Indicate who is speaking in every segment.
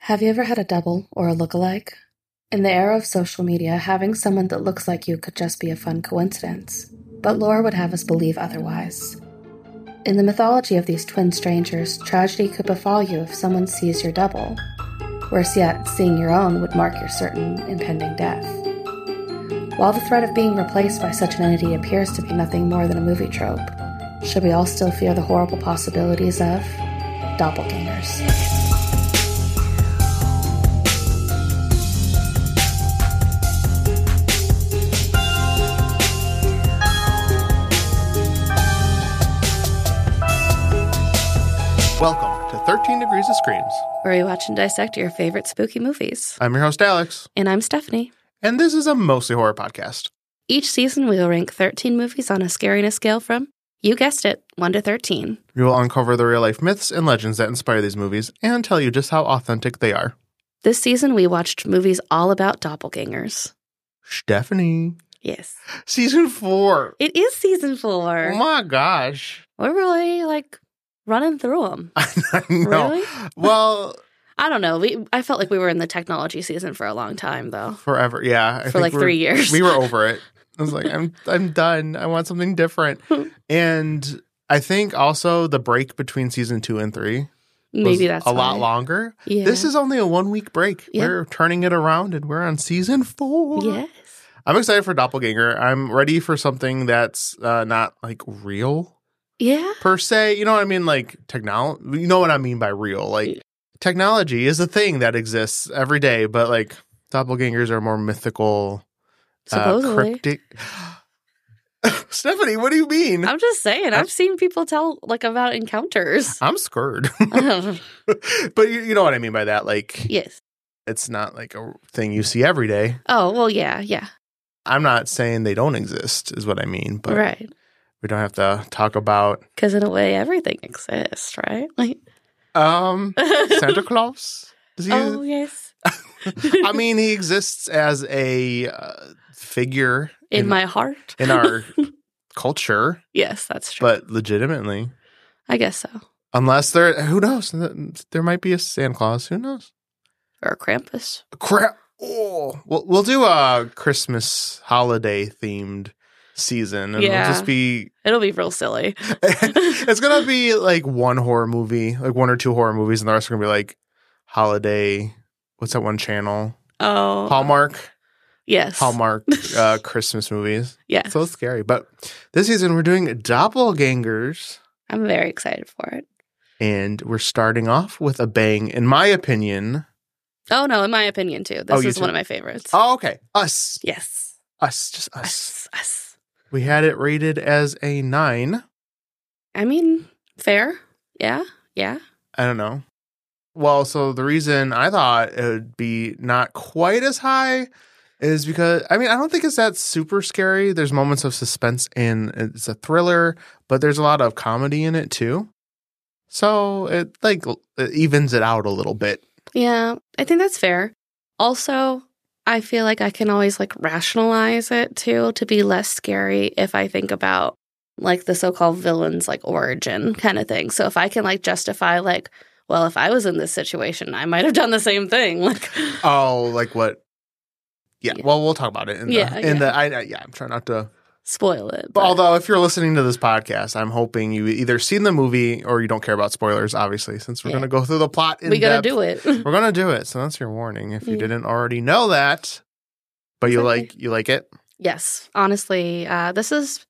Speaker 1: Have you ever had a double or a look-alike? In the era of social media, having someone that looks like you could just be a fun coincidence, but Laura would have us believe otherwise. In the mythology of these twin strangers, tragedy could befall you if someone sees your double. Worse yet, seeing your own would mark your certain impending death. While the threat of being replaced by such an entity appears to be nothing more than a movie trope, should we all still fear the horrible possibilities of doppelgangers?
Speaker 2: Welcome to 13 Degrees of Screams.
Speaker 1: Where we watch and dissect your favorite spooky movies.
Speaker 2: I'm your host, Alex,
Speaker 1: And I'm Stephanie.
Speaker 2: and this is a mostly horror podcast.
Speaker 1: Each season, we will rank 13 movies on a scariness scale from, you guessed it, 1 to 13.
Speaker 2: We will uncover the real life myths and legends that inspire these movies and tell you just how authentic they are.
Speaker 1: This season, we watched movies all about doppelgangers.
Speaker 2: Stephanie,
Speaker 1: Yes.
Speaker 2: season four.
Speaker 1: It is season
Speaker 2: Oh
Speaker 1: four.
Speaker 2: my gosh.
Speaker 1: We're really like running through them.
Speaker 2: I know.
Speaker 1: Really?
Speaker 2: Well,
Speaker 1: I don't know. We I felt like we were in the technology season for a long time though.
Speaker 2: forever. Yeah. I
Speaker 1: for like
Speaker 2: we're-
Speaker 1: three years.
Speaker 2: We were over it. I was like, I'm I'm done. I want something different. And I think also the break between season two and three was
Speaker 1: Maybe that's
Speaker 2: a lot
Speaker 1: why.
Speaker 2: longer.
Speaker 1: Yeah.
Speaker 2: This is only a one week break.
Speaker 1: Yeah.
Speaker 2: We're turning it around and we're on season four.
Speaker 1: Yes.
Speaker 2: I'm excited for Doppelganger. I'm ready for something that's uh, not like real
Speaker 1: Yeah.
Speaker 2: per se. You know what I mean? Like technology. You know what I mean by real? Like technology is a thing that exists every day, but like doppelgangers are more mythical, uh,
Speaker 1: Supposedly.
Speaker 2: cryptic. Stephanie, what do you mean? I'm,
Speaker 1: I'm just saying, I've seen people tell like about encounters.
Speaker 2: scared.
Speaker 1: yes.
Speaker 2: but you, you know what I mean by that. Like it's not like a thing you see every day.
Speaker 1: Oh, well yeah, yeah.
Speaker 2: I'm not saying they don't exist, is what I mean, but
Speaker 1: right.
Speaker 2: we don't have to talk about
Speaker 1: Cuz in a way everything exists, right? Like
Speaker 2: um Santa Claus. Does he,
Speaker 1: Oh, yes.
Speaker 2: I mean, he exists as a uh, figure
Speaker 1: in, my heart.
Speaker 2: in our culture,
Speaker 1: Yes, that's true.
Speaker 2: but legitimately,
Speaker 1: I guess so.
Speaker 2: unless there, who knows? There might be a Santa Claus. Who knows?
Speaker 1: Or a Krampus.
Speaker 2: Crap. Oh, we'll, we'll do a Christmas holiday themed season, and
Speaker 1: Yeah.
Speaker 2: it'll just be.
Speaker 1: It'll be real silly.
Speaker 2: it's gonna be like one horror movie, like one or two horror movies, and the rest are gonna be like holiday. What's that one channel?
Speaker 1: Oh.
Speaker 2: Hallmark,
Speaker 1: Yes.
Speaker 2: Hallmark uh, Christmas movies.
Speaker 1: Yes.
Speaker 2: So scary. But this season we're doing doppelgangers
Speaker 1: I'm very excited for it.
Speaker 2: and we're starting off with a bang, in my opinion.
Speaker 1: Oh no, in my opinion too. This
Speaker 2: Oh, you
Speaker 1: is one
Speaker 2: too.
Speaker 1: of my favorites.
Speaker 2: Oh, okay. Us.
Speaker 1: Yes.
Speaker 2: Us. Just us.
Speaker 1: Us. Us.
Speaker 2: We had it rated as a nine.
Speaker 1: I mean, fair. Yeah. Yeah.
Speaker 2: I don't know. Well, so the reason I thought it would be not quite as high is because I mean I don't think it's that super scary. There's moments of suspense and it's a thriller, but there's a lot of comedy in it too. So it like it evens it out a little bit.
Speaker 1: Yeah. I think that's fair. Also, I feel like I can always like rationalize it too to be less scary if I think about like the so-called villain's like origin kind of thing. So if I can like justify like, well, if I was in this situation, I might have done the same thing. Like
Speaker 2: Oh, like what? Yeah.
Speaker 1: Yeah.
Speaker 2: Well, we'll talk about it in
Speaker 1: Yeah,
Speaker 2: the in
Speaker 1: yeah.
Speaker 2: the I, I yeah. I'm trying not to.
Speaker 1: spoil it.
Speaker 2: But although, if you're listening to this podcast, I'm hoping you either seen the movie or you don't care about spoilers. Obviously, since we're
Speaker 1: Yeah.
Speaker 2: gonna go through the plot. In
Speaker 1: we gotta
Speaker 2: depth.
Speaker 1: do it.
Speaker 2: We're gonna do it. So that's your warning. If you
Speaker 1: Yeah.
Speaker 2: didn't already know that, but you
Speaker 1: Exactly.
Speaker 2: like you like it.
Speaker 1: Yes, honestly, uh, this is.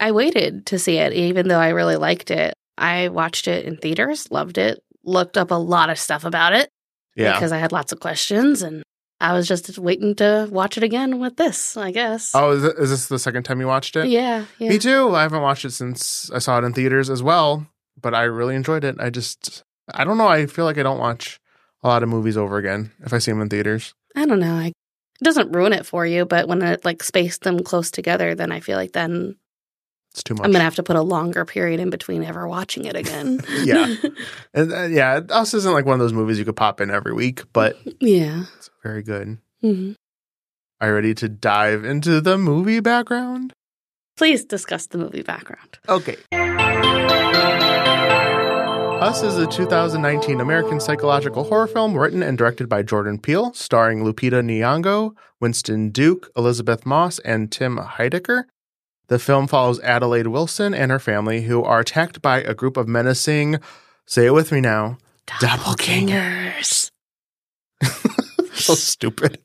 Speaker 1: I waited to see it, even though I really liked it. I watched it in theaters, loved it, looked up a lot of stuff about it
Speaker 2: Yeah.
Speaker 1: because I had lots of questions, and I was just waiting to watch it again with this, I guess.
Speaker 2: oh, is, it, is this the second time you watched it?
Speaker 1: yeah, yeah.
Speaker 2: Me too. I haven't watched it since I saw it in theaters as well, but I really enjoyed it. I just, I don't know. I feel like I don't watch a lot of movies over again if I see them in theaters.
Speaker 1: I don't know. I, it doesn't ruin it for you, but when it like spaced them close together, then I feel like then
Speaker 2: It's too much.
Speaker 1: I'm gonna have to put a longer period in between ever watching it again.
Speaker 2: Yeah. And, uh, yeah, Us isn't like one of those movies you could pop in every week, but
Speaker 1: yeah.
Speaker 2: it's very good.
Speaker 1: hmm
Speaker 2: Are you ready to dive into the movie background?
Speaker 1: Please discuss the movie background.
Speaker 2: Okay. Us is a 2019 American psychological horror film written and directed by Jordan Peele, starring Lupita Nyong'o, Winston Duke, Elizabeth Moss, and Tim Heidecker. The film follows Adelaide Wilson and her family, who are attacked by a group of menacing, say it with me now,
Speaker 1: Doppelgangers.
Speaker 2: so stupid.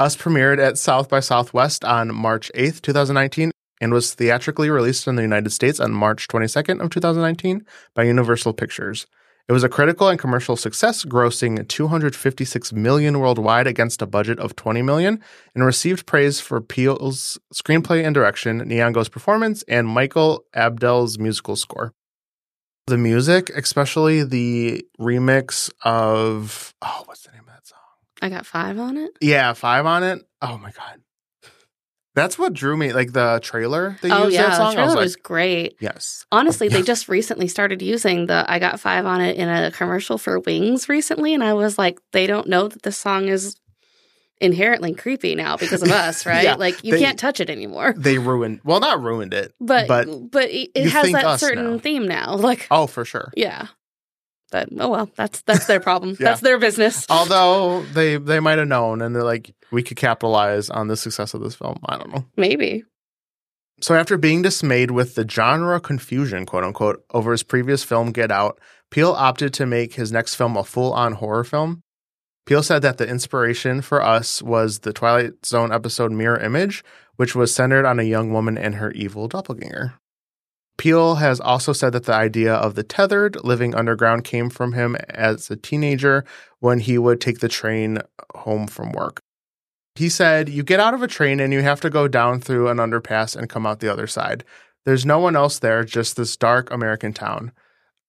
Speaker 2: Us premiered at South by Southwest on March 8th, 2019, and was theatrically released in the United States on March 22nd of 2019 by Universal Pictures. It was a critical and commercial success, grossing 256 million worldwide against a budget of 20 million, and received praise for Peel's screenplay and direction, Nyong'o's performance, and Michael Abdel's musical score. The music, especially the remix of oh, what's the name of that song?
Speaker 1: I got five on it.
Speaker 2: Yeah, five on it. Oh my god, that's what drew me. Like the trailer they
Speaker 1: oh
Speaker 2: used
Speaker 1: yeah,
Speaker 2: that
Speaker 1: the
Speaker 2: song. I
Speaker 1: trailer
Speaker 2: was
Speaker 1: was,
Speaker 2: like,
Speaker 1: great.
Speaker 2: yes,
Speaker 1: Honestly,
Speaker 2: Yeah.
Speaker 1: they just recently started using the "I got five on it" in a commercial for Wings recently, and I was like, they don't know that this song is inherently creepy now because of us, right?
Speaker 2: Yeah,
Speaker 1: like you
Speaker 2: they-
Speaker 1: can't touch it anymore.
Speaker 2: they ruined. Well, not ruined it.
Speaker 1: But
Speaker 2: but
Speaker 1: but, it, it
Speaker 2: you
Speaker 1: has
Speaker 2: think
Speaker 1: that
Speaker 2: us
Speaker 1: certain
Speaker 2: now.
Speaker 1: theme now. Like
Speaker 2: Oh, for sure.
Speaker 1: yeah, but oh well, that's that's their problem.
Speaker 2: Yeah.
Speaker 1: That's their business.
Speaker 2: Although they they might have known, and they're like, we could capitalize on the success of this film. I don't know.
Speaker 1: Maybe
Speaker 2: So after being dismayed with the genre confusion, quote unquote, over his previous film Get Out, Peele opted to make his next film a full-on horror film. Peele said that the inspiration for us was the Twilight Zone episode Mirror Image, which was centered on a young woman and her evil doppelganger. Peele has also said that the idea of the tethered living underground came from him as a teenager when he would take the train home from work. He said, You get out of a train and you have to go down through an underpass and come out the other side. There's no one else there, just this dark American town.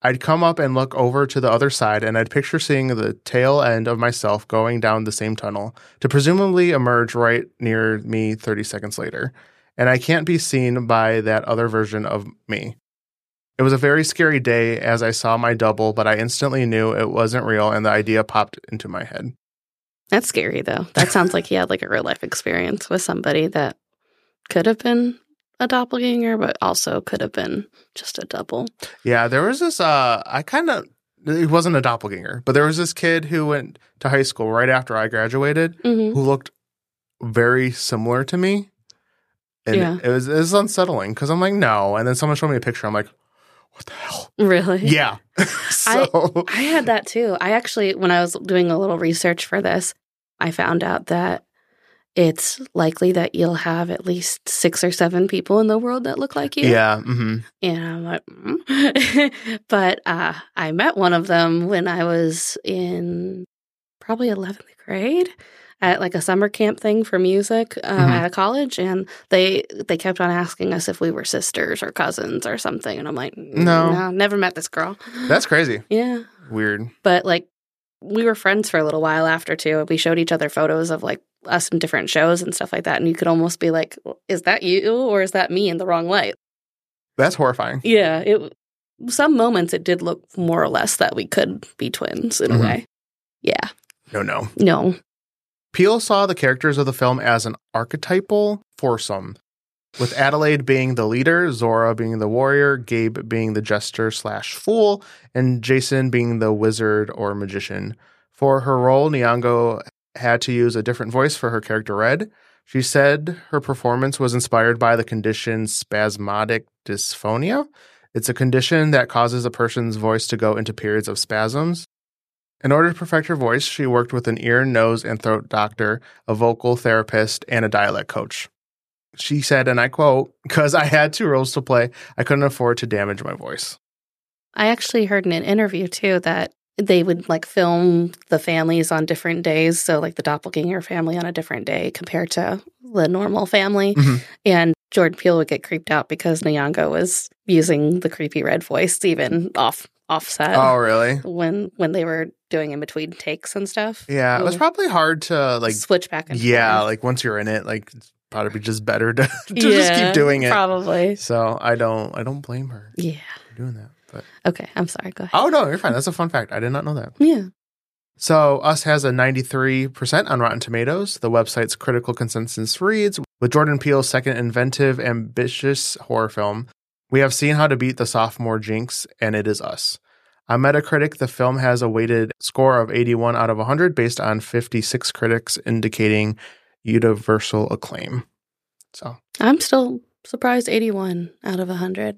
Speaker 2: I'd come up and look over to the other side, and I'd picture seeing the tail end of myself going down the same tunnel to presumably emerge right near me 30 seconds later. And I can't be seen by that other version of me. It was a very scary day as I saw my double, but I instantly knew it wasn't real, and the idea popped into my head.
Speaker 1: that's scary though. That sounds like he had like a real life experience with somebody that could have been a doppelganger, but also could have been just a double.
Speaker 2: Yeah, there was this. Uh, I kind of it wasn't a doppelganger, but there was this kid who went to high school right after I graduated
Speaker 1: Mm-hmm.
Speaker 2: who looked very similar to me, and
Speaker 1: Yeah.
Speaker 2: it was it was unsettling because I'm like no, and then someone showed me a picture. I'm like, what the hell?
Speaker 1: Really?
Speaker 2: Yeah. so
Speaker 1: I had that too. I actually, when I was doing a little research for this, I found out that it's likely that you'll have at least six or seven people in the world that look like you.
Speaker 2: yeah, hmm
Speaker 1: And I'm like, mm. but uh, I met one of them when I was in probably 11th grade at like a summer camp thing for music um,
Speaker 2: Mhm.
Speaker 1: at a college, and they they kept on asking us if we were sisters or cousins or something, and I'm like,
Speaker 2: No.
Speaker 1: no never met this girl.
Speaker 2: that's crazy.
Speaker 1: yeah,
Speaker 2: Weird.
Speaker 1: but like we were friends for a little while after too and we showed each other photos of like us in different shows and stuff like that and you could almost be like is that you or is that me in the wrong light
Speaker 2: That's horrifying.
Speaker 1: yeah it some moments it did look more or less that we could be twins in
Speaker 2: Mhm.
Speaker 1: a way yeah
Speaker 2: No, no.
Speaker 1: no
Speaker 2: Peele saw the characters of the film as an archetypal foursome, with Adelaide being the leader, Zora being the warrior, Gabe being the jester slash fool, and Jason being the wizard or magician. For her role, Nyong'o had to use a different voice for her character Red. She said her performance was inspired by the condition spasmodic dysphonia. It's a condition that causes a person's voice to go into periods of spasms. In order to perfect her voice, she worked with an ear, nose, and throat doctor, a vocal therapist, and a dialect coach. She said, and I quote, because I had two roles to play, I couldn't afford to damage my voice.
Speaker 1: i actually heard in an interview too that they would like film the families on different days so like the doppelganger family on a different day compared to the normal family
Speaker 2: Mhm.
Speaker 1: And Jordan Peele would get creeped out because Nyong'o was using the creepy red voice even off offset
Speaker 2: oh, really?
Speaker 1: when when they were doing in between takes and stuff.
Speaker 2: Yeah. It was
Speaker 1: Ooh.
Speaker 2: probably hard to, like,
Speaker 1: switch back and
Speaker 2: yeah,
Speaker 1: forth.
Speaker 2: like once you're in it, like, it's probably just better to, to just keep doing it.
Speaker 1: Probably.
Speaker 2: So I don't, I don't blame her
Speaker 1: Yeah.
Speaker 2: for doing that. But
Speaker 1: Okay. I'm sorry. Go ahead.
Speaker 2: oh, no, you're fine. That's a fun fact. I did not know that.
Speaker 1: Yeah.
Speaker 2: So, Us has a 93% on Rotten Tomatoes. The website's critical consensus reads with Jordan Peele's second inventive, ambitious horror film. We have seen how to beat the sophomore jinx, and it is us. On Metacritic, the film has a weighted score of 81 out of 100 based on 56 critics, indicating universal acclaim. So
Speaker 1: I'm still surprised 81 out of 100.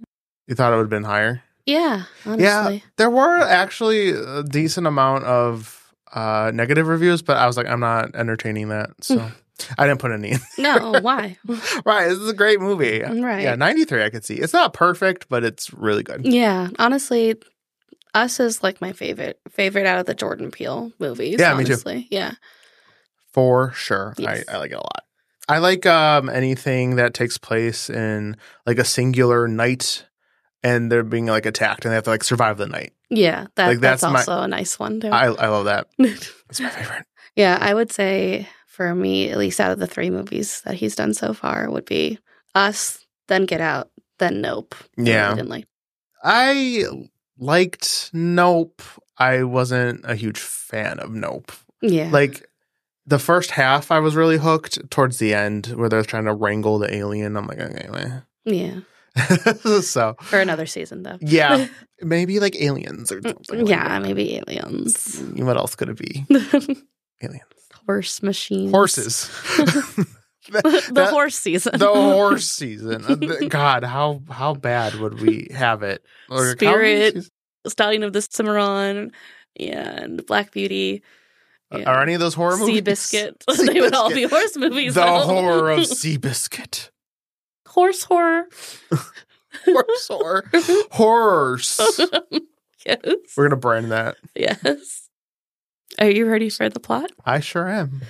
Speaker 2: you thought it would have been higher?
Speaker 1: Yeah, honestly.
Speaker 2: There were actually a decent amount of uh, negative reviews, but I was like, I'm not entertaining that. So I didn't put any. in.
Speaker 1: No, oh, why?
Speaker 2: right. This is a great movie.
Speaker 1: right.
Speaker 2: Yeah, 93, I could see. It's not perfect, but it's really good.
Speaker 1: Yeah, honestly, Us is like my favorite favorite out of the Jordan Peele movies.
Speaker 2: Yeah, me too.
Speaker 1: honestly. Yeah,
Speaker 2: For sure.
Speaker 1: Yes.
Speaker 2: I, I like it a lot. I like um, anything that takes place in like a singular night and they're being like attacked and they have to like survive the night.
Speaker 1: yeah, that,
Speaker 2: Like,
Speaker 1: that's,
Speaker 2: that's my-
Speaker 1: also a nice one too.
Speaker 2: I, I love that. It's my favorite.
Speaker 1: yeah, I would say for me, at least out of the three movies that he's done so far, would be Us, then Get Out, then Nope. I really
Speaker 2: Yeah.
Speaker 1: didn't like.
Speaker 2: I liked Nope. I wasn't a huge fan of Nope.
Speaker 1: Yeah,
Speaker 2: Like the first half, I was really hooked. Towards the end, where they're trying to wrangle the alien, I'm like, okay,
Speaker 1: yeah,
Speaker 2: meh. so
Speaker 1: for another season though.
Speaker 2: yeah, maybe like aliens or something. like
Speaker 1: Mm, yeah,
Speaker 2: that. Mm,
Speaker 1: maybe aliens,
Speaker 2: What else could it be? Aliens.
Speaker 1: horse machines,
Speaker 2: Horses. That-
Speaker 1: the
Speaker 2: that-
Speaker 1: horse season,
Speaker 2: the horse season. Uh, th- God, how how bad would we have it? Like, how many
Speaker 1: Spirit.
Speaker 2: seasons-
Speaker 1: Stallion of the Cimarron, and Black Beauty. yeah.
Speaker 2: Are any of those horror movies?
Speaker 1: Sea Biscuit. they would all be
Speaker 2: Seabiscuit.
Speaker 1: horse movies.
Speaker 2: The
Speaker 1: though.
Speaker 2: horror of Seabiscuit.
Speaker 1: horse horror.
Speaker 2: Horse horror. Horrors.
Speaker 1: yes.
Speaker 2: We're going to brand that.
Speaker 1: Yes. Are you ready for the plot?
Speaker 2: I sure am.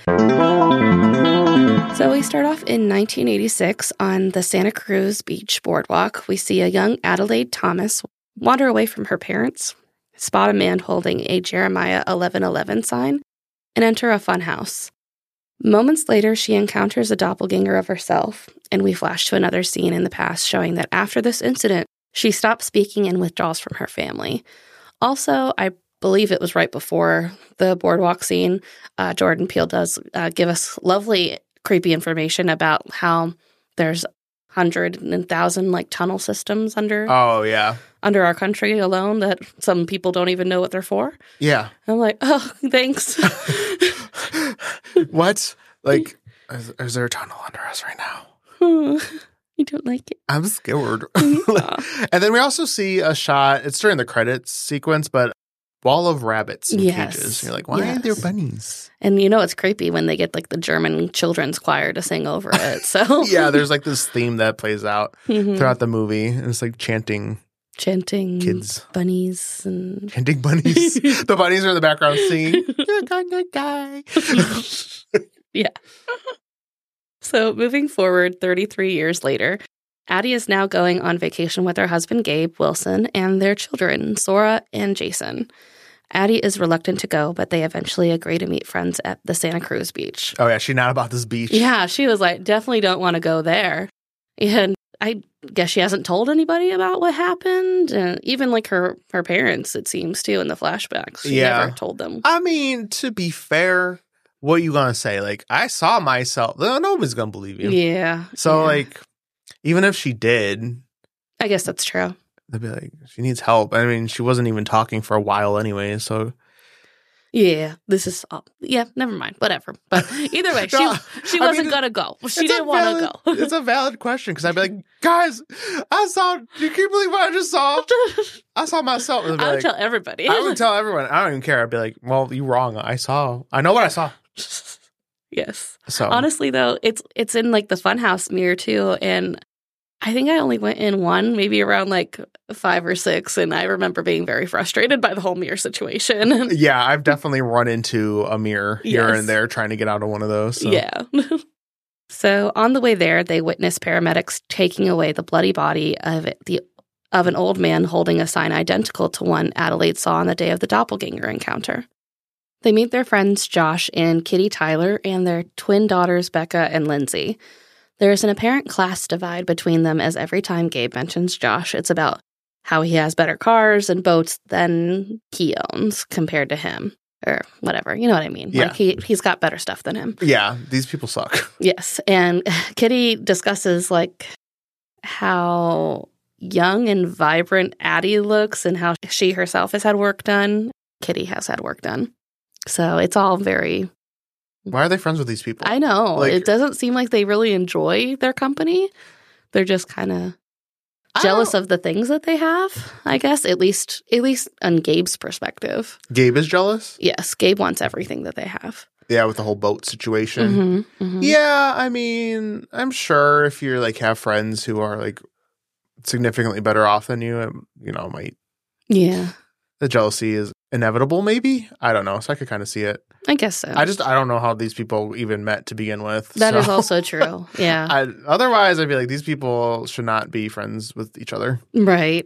Speaker 1: So we start off in 1986 on the Santa Cruz Beach boardwalk. We see a young Adelaide Thomas wander away from her parents, spot a man holding a Jeremiah 1111 sign, and enter a funhouse. Moments later, she encounters a doppelganger of herself, and we flash to another scene in the past showing that after this incident, she stops speaking and withdraws from her family. Also, I believe it was right before the boardwalk scene, uh, Jordan Peele does uh, give us lovely, creepy information about how there's hundred and thousand like tunnel systems under
Speaker 2: Oh, yeah.
Speaker 1: under our country alone that some people don't even know what they're for.
Speaker 2: Yeah.
Speaker 1: I'm like, oh, thanks.
Speaker 2: what? Like, is, is there a tunnel under us right now?
Speaker 1: you don't like it.
Speaker 2: I'm scared.
Speaker 1: Yeah.
Speaker 2: and then we also see a shot. It's during the credits sequence, but wall of rabbits in
Speaker 1: Yes.
Speaker 2: cages. You're like, why
Speaker 1: Yes.
Speaker 2: are there bunnies?
Speaker 1: And you know it's creepy when they get like the German children's choir to sing over it. So
Speaker 2: yeah, there's like this theme that plays out
Speaker 1: Mhm.
Speaker 2: throughout the movie, and it's like chanting
Speaker 1: chanting
Speaker 2: kids,
Speaker 1: bunnies and
Speaker 2: chanting bunnies. the bunnies are in the background singing. You're gonna die.
Speaker 1: So, moving forward 33 years later, Addie is now going on vacation with her husband Gabe Wilson and their children, Sora and Jason. Addie is reluctant to go, but they eventually agree to meet friends at the Santa Cruz beach.
Speaker 2: oh yeah, she not about this beach.
Speaker 1: Yeah, she was like, definitely don't want to go there. And I guess she hasn't told anybody about what happened. And even like her, her parents, it seems too, in the flashbacks. She
Speaker 2: Yeah.
Speaker 1: never told them.
Speaker 2: I mean, to be fair, what you gonna say? Like, I saw myself. No, nobody's gonna believe you.
Speaker 1: Yeah.
Speaker 2: So
Speaker 1: yeah.
Speaker 2: like, even if she did,
Speaker 1: I guess that's true.
Speaker 2: they'd be like, she needs help. I mean, she wasn't even talking for a while anyway. So
Speaker 1: Yeah, this is all. Yeah, never mind. Whatever. But either way, she
Speaker 2: No,
Speaker 1: she
Speaker 2: I
Speaker 1: wasn't
Speaker 2: mean,
Speaker 1: gonna go. She
Speaker 2: it's a
Speaker 1: didn't want
Speaker 2: valid-
Speaker 1: to
Speaker 2: it's a valid question because I'd be like, guys, I saw. You can believe what I just saw.
Speaker 1: go.
Speaker 2: I saw myself. I'd be
Speaker 1: I would
Speaker 2: like,
Speaker 1: tell everybody.
Speaker 2: I would tell everyone. I don't even care. I'd be like, well, you wrong. I saw. I know what I saw.
Speaker 1: yes.
Speaker 2: So
Speaker 1: Honestly, though, it's it's in like the funhouse mirror too, and I think I only went in one, maybe around like five or six, and I remember being very frustrated by the whole mirror situation.
Speaker 2: yeah, I've definitely run into a mirror here
Speaker 1: Yes.
Speaker 2: and there trying to get out of one of those. So.
Speaker 1: Yeah. so on the way there, they witness paramedics taking away the bloody body of the of an old man holding a sign identical to one Adelaide saw on the day of the doppelganger encounter. They meet their friends Josh and Kitty Tyler and their twin daughters Becca and Lindsay. There is an apparent class divide between them as every time Gabe mentions Josh, it's about how he has better cars and boats than he owns compared to him or whatever. You know what I mean?
Speaker 2: Yeah.
Speaker 1: Like he he's got better stuff than him.
Speaker 2: Yeah, these people suck.
Speaker 1: Yes. And Kitty discusses like how young and vibrant Addie looks and how she herself has had work done. Kitty has had work done. So it's all very,
Speaker 2: Why are they friends with these people?
Speaker 1: I know.
Speaker 2: Like-
Speaker 1: it doesn't seem like they really enjoy their company. They're just kind of
Speaker 2: I
Speaker 1: jealous
Speaker 2: don't-
Speaker 1: of the things that they have, I guess, at least at least on Gabe's perspective.
Speaker 2: Gabe is jealous.
Speaker 1: Yes, Gabe wants everything that they have.
Speaker 2: Yeah, with the whole boat
Speaker 1: Mhm,
Speaker 2: situation.
Speaker 1: mhm.
Speaker 2: Yeah, I mean, I'm sure if you're like have friends who are like significantly better off than you, um, you know, might
Speaker 1: Yeah,
Speaker 2: the jealousy is inevitable. Maybe I don't know. So I could kind of see it.
Speaker 1: I guess so.
Speaker 2: I just I don't know how these people even met to begin with.
Speaker 1: That is
Speaker 2: so-
Speaker 1: also true. Yeah.
Speaker 2: I, otherwise, I'd be like these people should not be friends with each other.
Speaker 1: Right.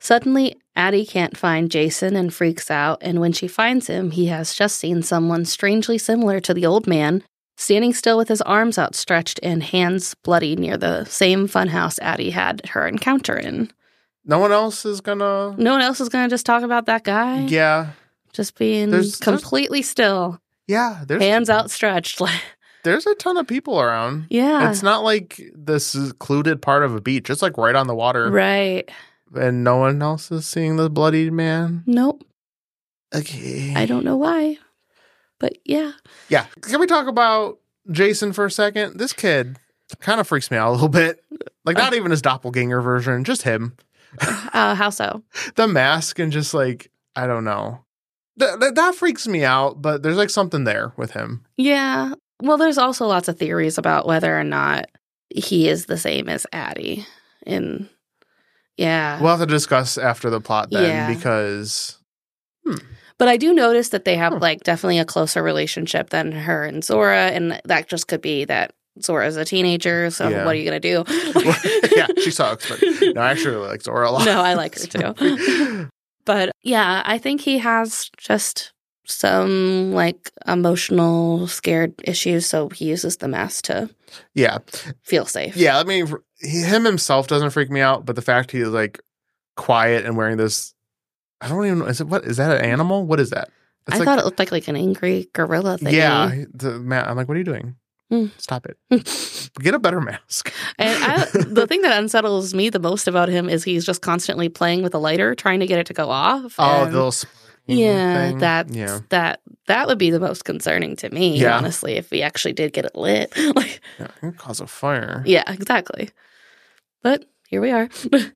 Speaker 1: Suddenly, Addie can't find Jason and freaks out, and when she finds him, he has just seen someone strangely similar to the old man, standing still with his arms outstretched and hands bloody near the same funhouse Addie had her encounter in.
Speaker 2: No one else is gonna.
Speaker 1: No one else is going to just talk about that guy.
Speaker 2: Yeah,
Speaker 1: Just being
Speaker 2: There's-
Speaker 1: completely still,
Speaker 2: yeah. There's
Speaker 1: hands outstretched. like-
Speaker 2: there's a ton of people around.
Speaker 1: yeah.
Speaker 2: It's not like this secluded part of a beach. It's like right on the water,
Speaker 1: Right.
Speaker 2: and no one else is seeing the bloodied man.
Speaker 1: Nope.
Speaker 2: Okay.
Speaker 1: I don't know why. But yeah.
Speaker 2: Yeah. Can we talk about Jason for a second? This kid kind of freaks me out a little bit. Like not even his doppelganger version, just him.
Speaker 1: Uh, how so?
Speaker 2: The mask and just like I don't know. Th- th- that freaks me out, but there's like something there with him.
Speaker 1: Yeah. Well, there's also lots of theories about whether or not he is the same as Addie. And yeah.
Speaker 2: We'll have to discuss after the plot then
Speaker 1: Yeah.
Speaker 2: because
Speaker 1: but I do notice that they have
Speaker 2: Huh.
Speaker 1: like definitely a closer relationship than her and Zora. And that just could be that Zora's a teenager. So
Speaker 2: Yeah.
Speaker 1: what are you going to do?
Speaker 2: Well, yeah, she sucks, but no, I actually really like Zora a lot.
Speaker 1: No, I like her too. But yeah, I think he has just some like emotional scared issues. So he uses the mask to
Speaker 2: yeah.
Speaker 1: feel safe.
Speaker 2: Yeah, I mean, he- him himself doesn't freak me out, but the fact he is like quiet and wearing this, I don't even know. Is it what? Is that an animal? What is that? It's
Speaker 1: I
Speaker 2: like,
Speaker 1: thought it looked like like an angry gorilla thing.
Speaker 2: yeah. The, ma- I'm like, what are you doing?
Speaker 1: Hmm.
Speaker 2: Stop it.
Speaker 1: and
Speaker 2: Get a better mask.
Speaker 1: I, the thing that unsettles me the most about him is he's just constantly playing with a lighter, trying to get it to go off.
Speaker 2: oh,
Speaker 1: and-
Speaker 2: the little sparking
Speaker 1: yeah,
Speaker 2: thing.
Speaker 1: that
Speaker 2: yeah.
Speaker 1: that that would be the most concerning to me,
Speaker 2: Yeah.
Speaker 1: honestly, if we actually did get it lit. like,
Speaker 2: yeah, it can cause a fire.
Speaker 1: yeah, exactly. But here we are.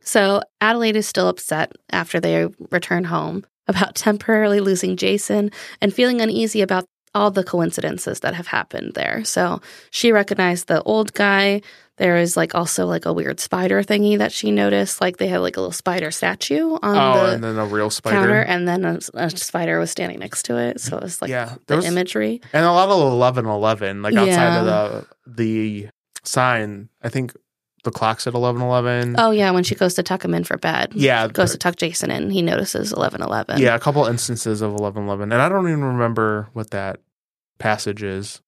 Speaker 1: so Adelaide is still upset after they return home about temporarily losing Jason and feeling uneasy about all the coincidences that have happened there. So she recognized the old guy. There is like also like a weird spider thingy that she noticed. Like they had like a little spider statue on
Speaker 2: oh,
Speaker 1: the
Speaker 2: and then a real spider,
Speaker 1: counter, and then a, a spider was standing next to it. So it was like
Speaker 2: yeah,
Speaker 1: the
Speaker 2: there was,
Speaker 1: imagery.
Speaker 2: and a lot of eleven eleven, like outside
Speaker 1: Yeah.
Speaker 2: of the the sign. I think the clock's at eleven eleven.
Speaker 1: Oh yeah, when she goes to tuck him in for bed.
Speaker 2: yeah,
Speaker 1: goes to tuck Jason in. He notices eleven eleven.
Speaker 2: Yeah, a couple instances of eleven eleven, and I don't even remember what that passage is.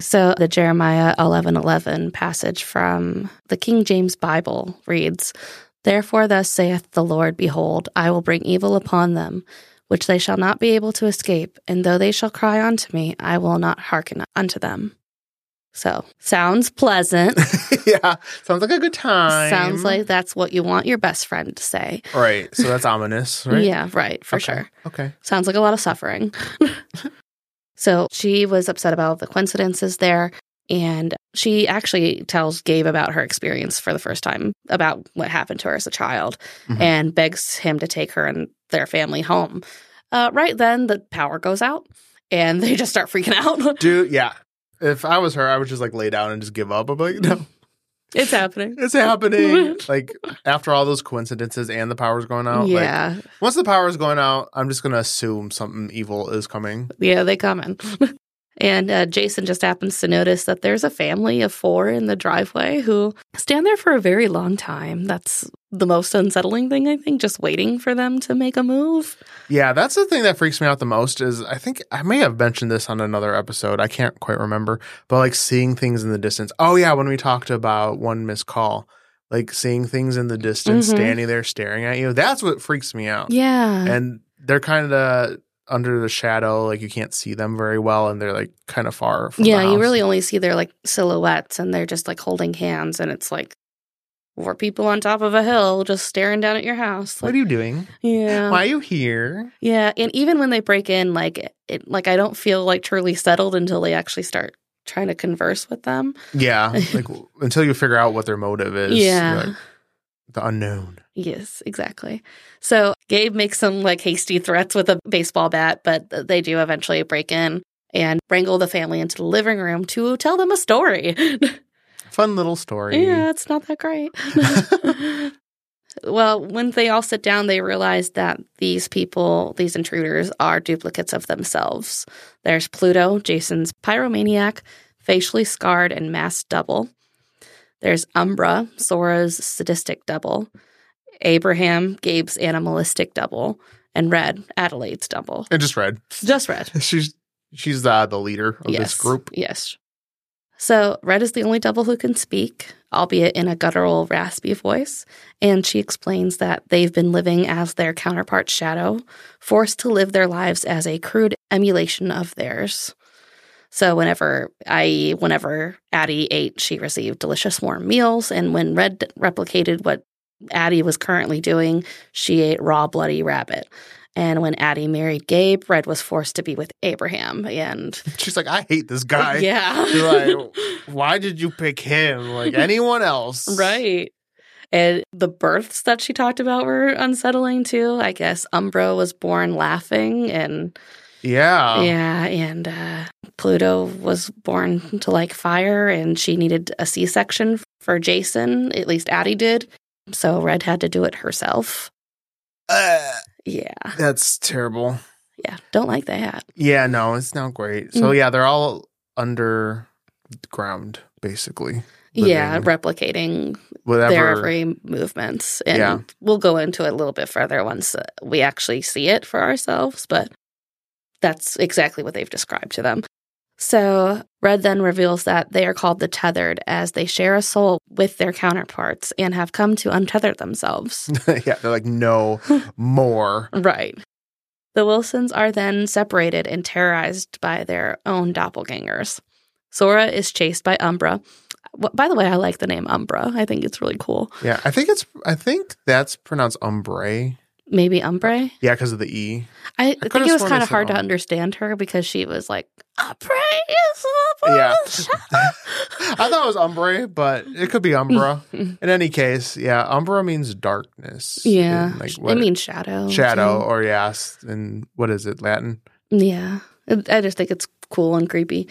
Speaker 1: So the Jeremiah eleven eleven passage from the King James Bible reads, "Therefore thus saith the Lord: Behold, I will bring evil upon them." Which they shall not be able to escape, and though they shall cry unto me, I will not hearken unto them. So, sounds pleasant.
Speaker 2: yeah, sounds like a good time.
Speaker 1: Sounds like that's what you want your best friend to say.
Speaker 2: right. So that's ominous, right?
Speaker 1: Yeah, right, for
Speaker 2: Okay,
Speaker 1: sure.
Speaker 2: Okay.
Speaker 1: Sounds like a lot of suffering. so she was upset about the coincidences there. And she actually tells Gabe about her experience for the first time about what happened to her as a child
Speaker 2: Mhm.
Speaker 1: and begs him to take her and their family home. Uh, right then, the power goes out and they just start freaking out.
Speaker 2: Dude, yeah. If I was her, I would just like lay down and just give up. I'm like, no,
Speaker 1: it's happening.
Speaker 2: it's happening. like after all those coincidences and the power's going out. Like,
Speaker 1: yeah.
Speaker 2: once the power's going out, I'm just gonna assume something evil is coming.
Speaker 1: Yeah, they come in. and uh, Jason just happens to notice that there's a family of four in the driveway who stand there for a very long time. That's the most unsettling thing, I think, just waiting for them to make a move.
Speaker 2: Yeah, that's the thing that freaks me out the most is I think I may have mentioned this on another episode. I can't quite remember, but like seeing things in the distance. Oh yeah, when we talked about one missed call, like seeing things in the distance,
Speaker 1: Mhm.
Speaker 2: standing there staring at you. That's what freaks me out.
Speaker 1: Yeah.
Speaker 2: And they're kind of under the shadow, like you can't see them very well, and they're like kind of far. From the
Speaker 1: yeah, you
Speaker 2: house.
Speaker 1: really only see their like silhouettes and they're just like holding hands and it's like or people on top of a hill just staring down at your house.
Speaker 2: What are you doing?
Speaker 1: yeah.
Speaker 2: Why are you here?
Speaker 1: Yeah, and even when they break in, like it- it, like I don't feel like truly settled until they actually start trying to converse with them.
Speaker 2: Yeah, like w- until you figure out what their motive is. you're
Speaker 1: yeah.
Speaker 2: like, the unknown.
Speaker 1: Yes, exactly. So Gabe makes some like hasty threats with a baseball bat, but th- they do eventually break in and wrangle the family into the living room to tell them a story.
Speaker 2: Fun little story.
Speaker 1: yeah, it's not that great. well, when they all sit down, they realize that these people, these intruders, are duplicates of themselves. There's Pluto, Jason's pyromaniac, facially scarred and masked double. There's Umbra, Sora's sadistic double. Abraham, Gabe's animalistic double. And Red, Adelaide's double.
Speaker 2: And just read.
Speaker 1: Just Red.
Speaker 2: She's she's uh, the the leader of this group.
Speaker 1: Yes. So Red is the only double who can speak, albeit in a guttural, raspy voice. And she explains that they've been living as their counterpart Shadow, forced to live their lives as a crude emulation of theirs. So whenever, i.e., whenever Addie ate, she received delicious warm meals. And when Red replicated what Addie was currently doing, she ate raw, bloody rabbit. And when Addie married Gabe, Red was forced to be with Abraham. And
Speaker 2: She's like, I hate this guy.
Speaker 1: yeah.
Speaker 2: You're like, why did you pick him? Like anyone else.
Speaker 1: right. And the births that she talked about were unsettling too. I guess Umbro was born laughing, and
Speaker 2: Yeah.
Speaker 1: yeah, and uh, Pluto was born to like fire, and she needed a C section for Jason. At least Addie did. So Red had to do it herself.
Speaker 2: Uh,
Speaker 1: Yeah.
Speaker 2: that's terrible.
Speaker 1: Yeah. Don't like that.
Speaker 2: Yeah, no, it's not great.
Speaker 1: Mm.
Speaker 2: So yeah, they're all under ground, basically.
Speaker 1: Yeah.
Speaker 2: Living
Speaker 1: Replicating their
Speaker 2: Whatever.
Speaker 1: every movements. And
Speaker 2: Yeah.
Speaker 1: we'll go into it a little bit further once uh, we actually see it for ourselves, but that's exactly what they've described to them. So, Red then reveals that they are called the Tethered as they share a soul with their counterparts and have come to untether themselves.
Speaker 2: yeah, they're like, no more.
Speaker 1: Right. The Wilsons are then separated and terrorized by their own doppelgangers. Sora is chased by Umbra. Wh- By the way, I like the name Umbra. I think it's really cool.
Speaker 2: Yeah, I think it's I think that's pronounced umbre.
Speaker 1: Maybe Umbre?
Speaker 2: Yeah, because of the e.
Speaker 1: I, think
Speaker 2: could've
Speaker 1: it was
Speaker 2: sworn I
Speaker 1: kind of
Speaker 2: said um,
Speaker 1: hard to
Speaker 2: Om.
Speaker 1: understand her because she was like, "I pray
Speaker 2: Yeah.
Speaker 1: is
Speaker 2: I thought it was umbre, but it could be umbra. In any case, yeah, umbra means darkness.
Speaker 1: yeah.
Speaker 2: in, like
Speaker 1: I
Speaker 2: what,
Speaker 1: mean, shadow.
Speaker 2: shadow or yes, and what is it Latin?
Speaker 1: too. Yeah. I I just think it's cool and creepy.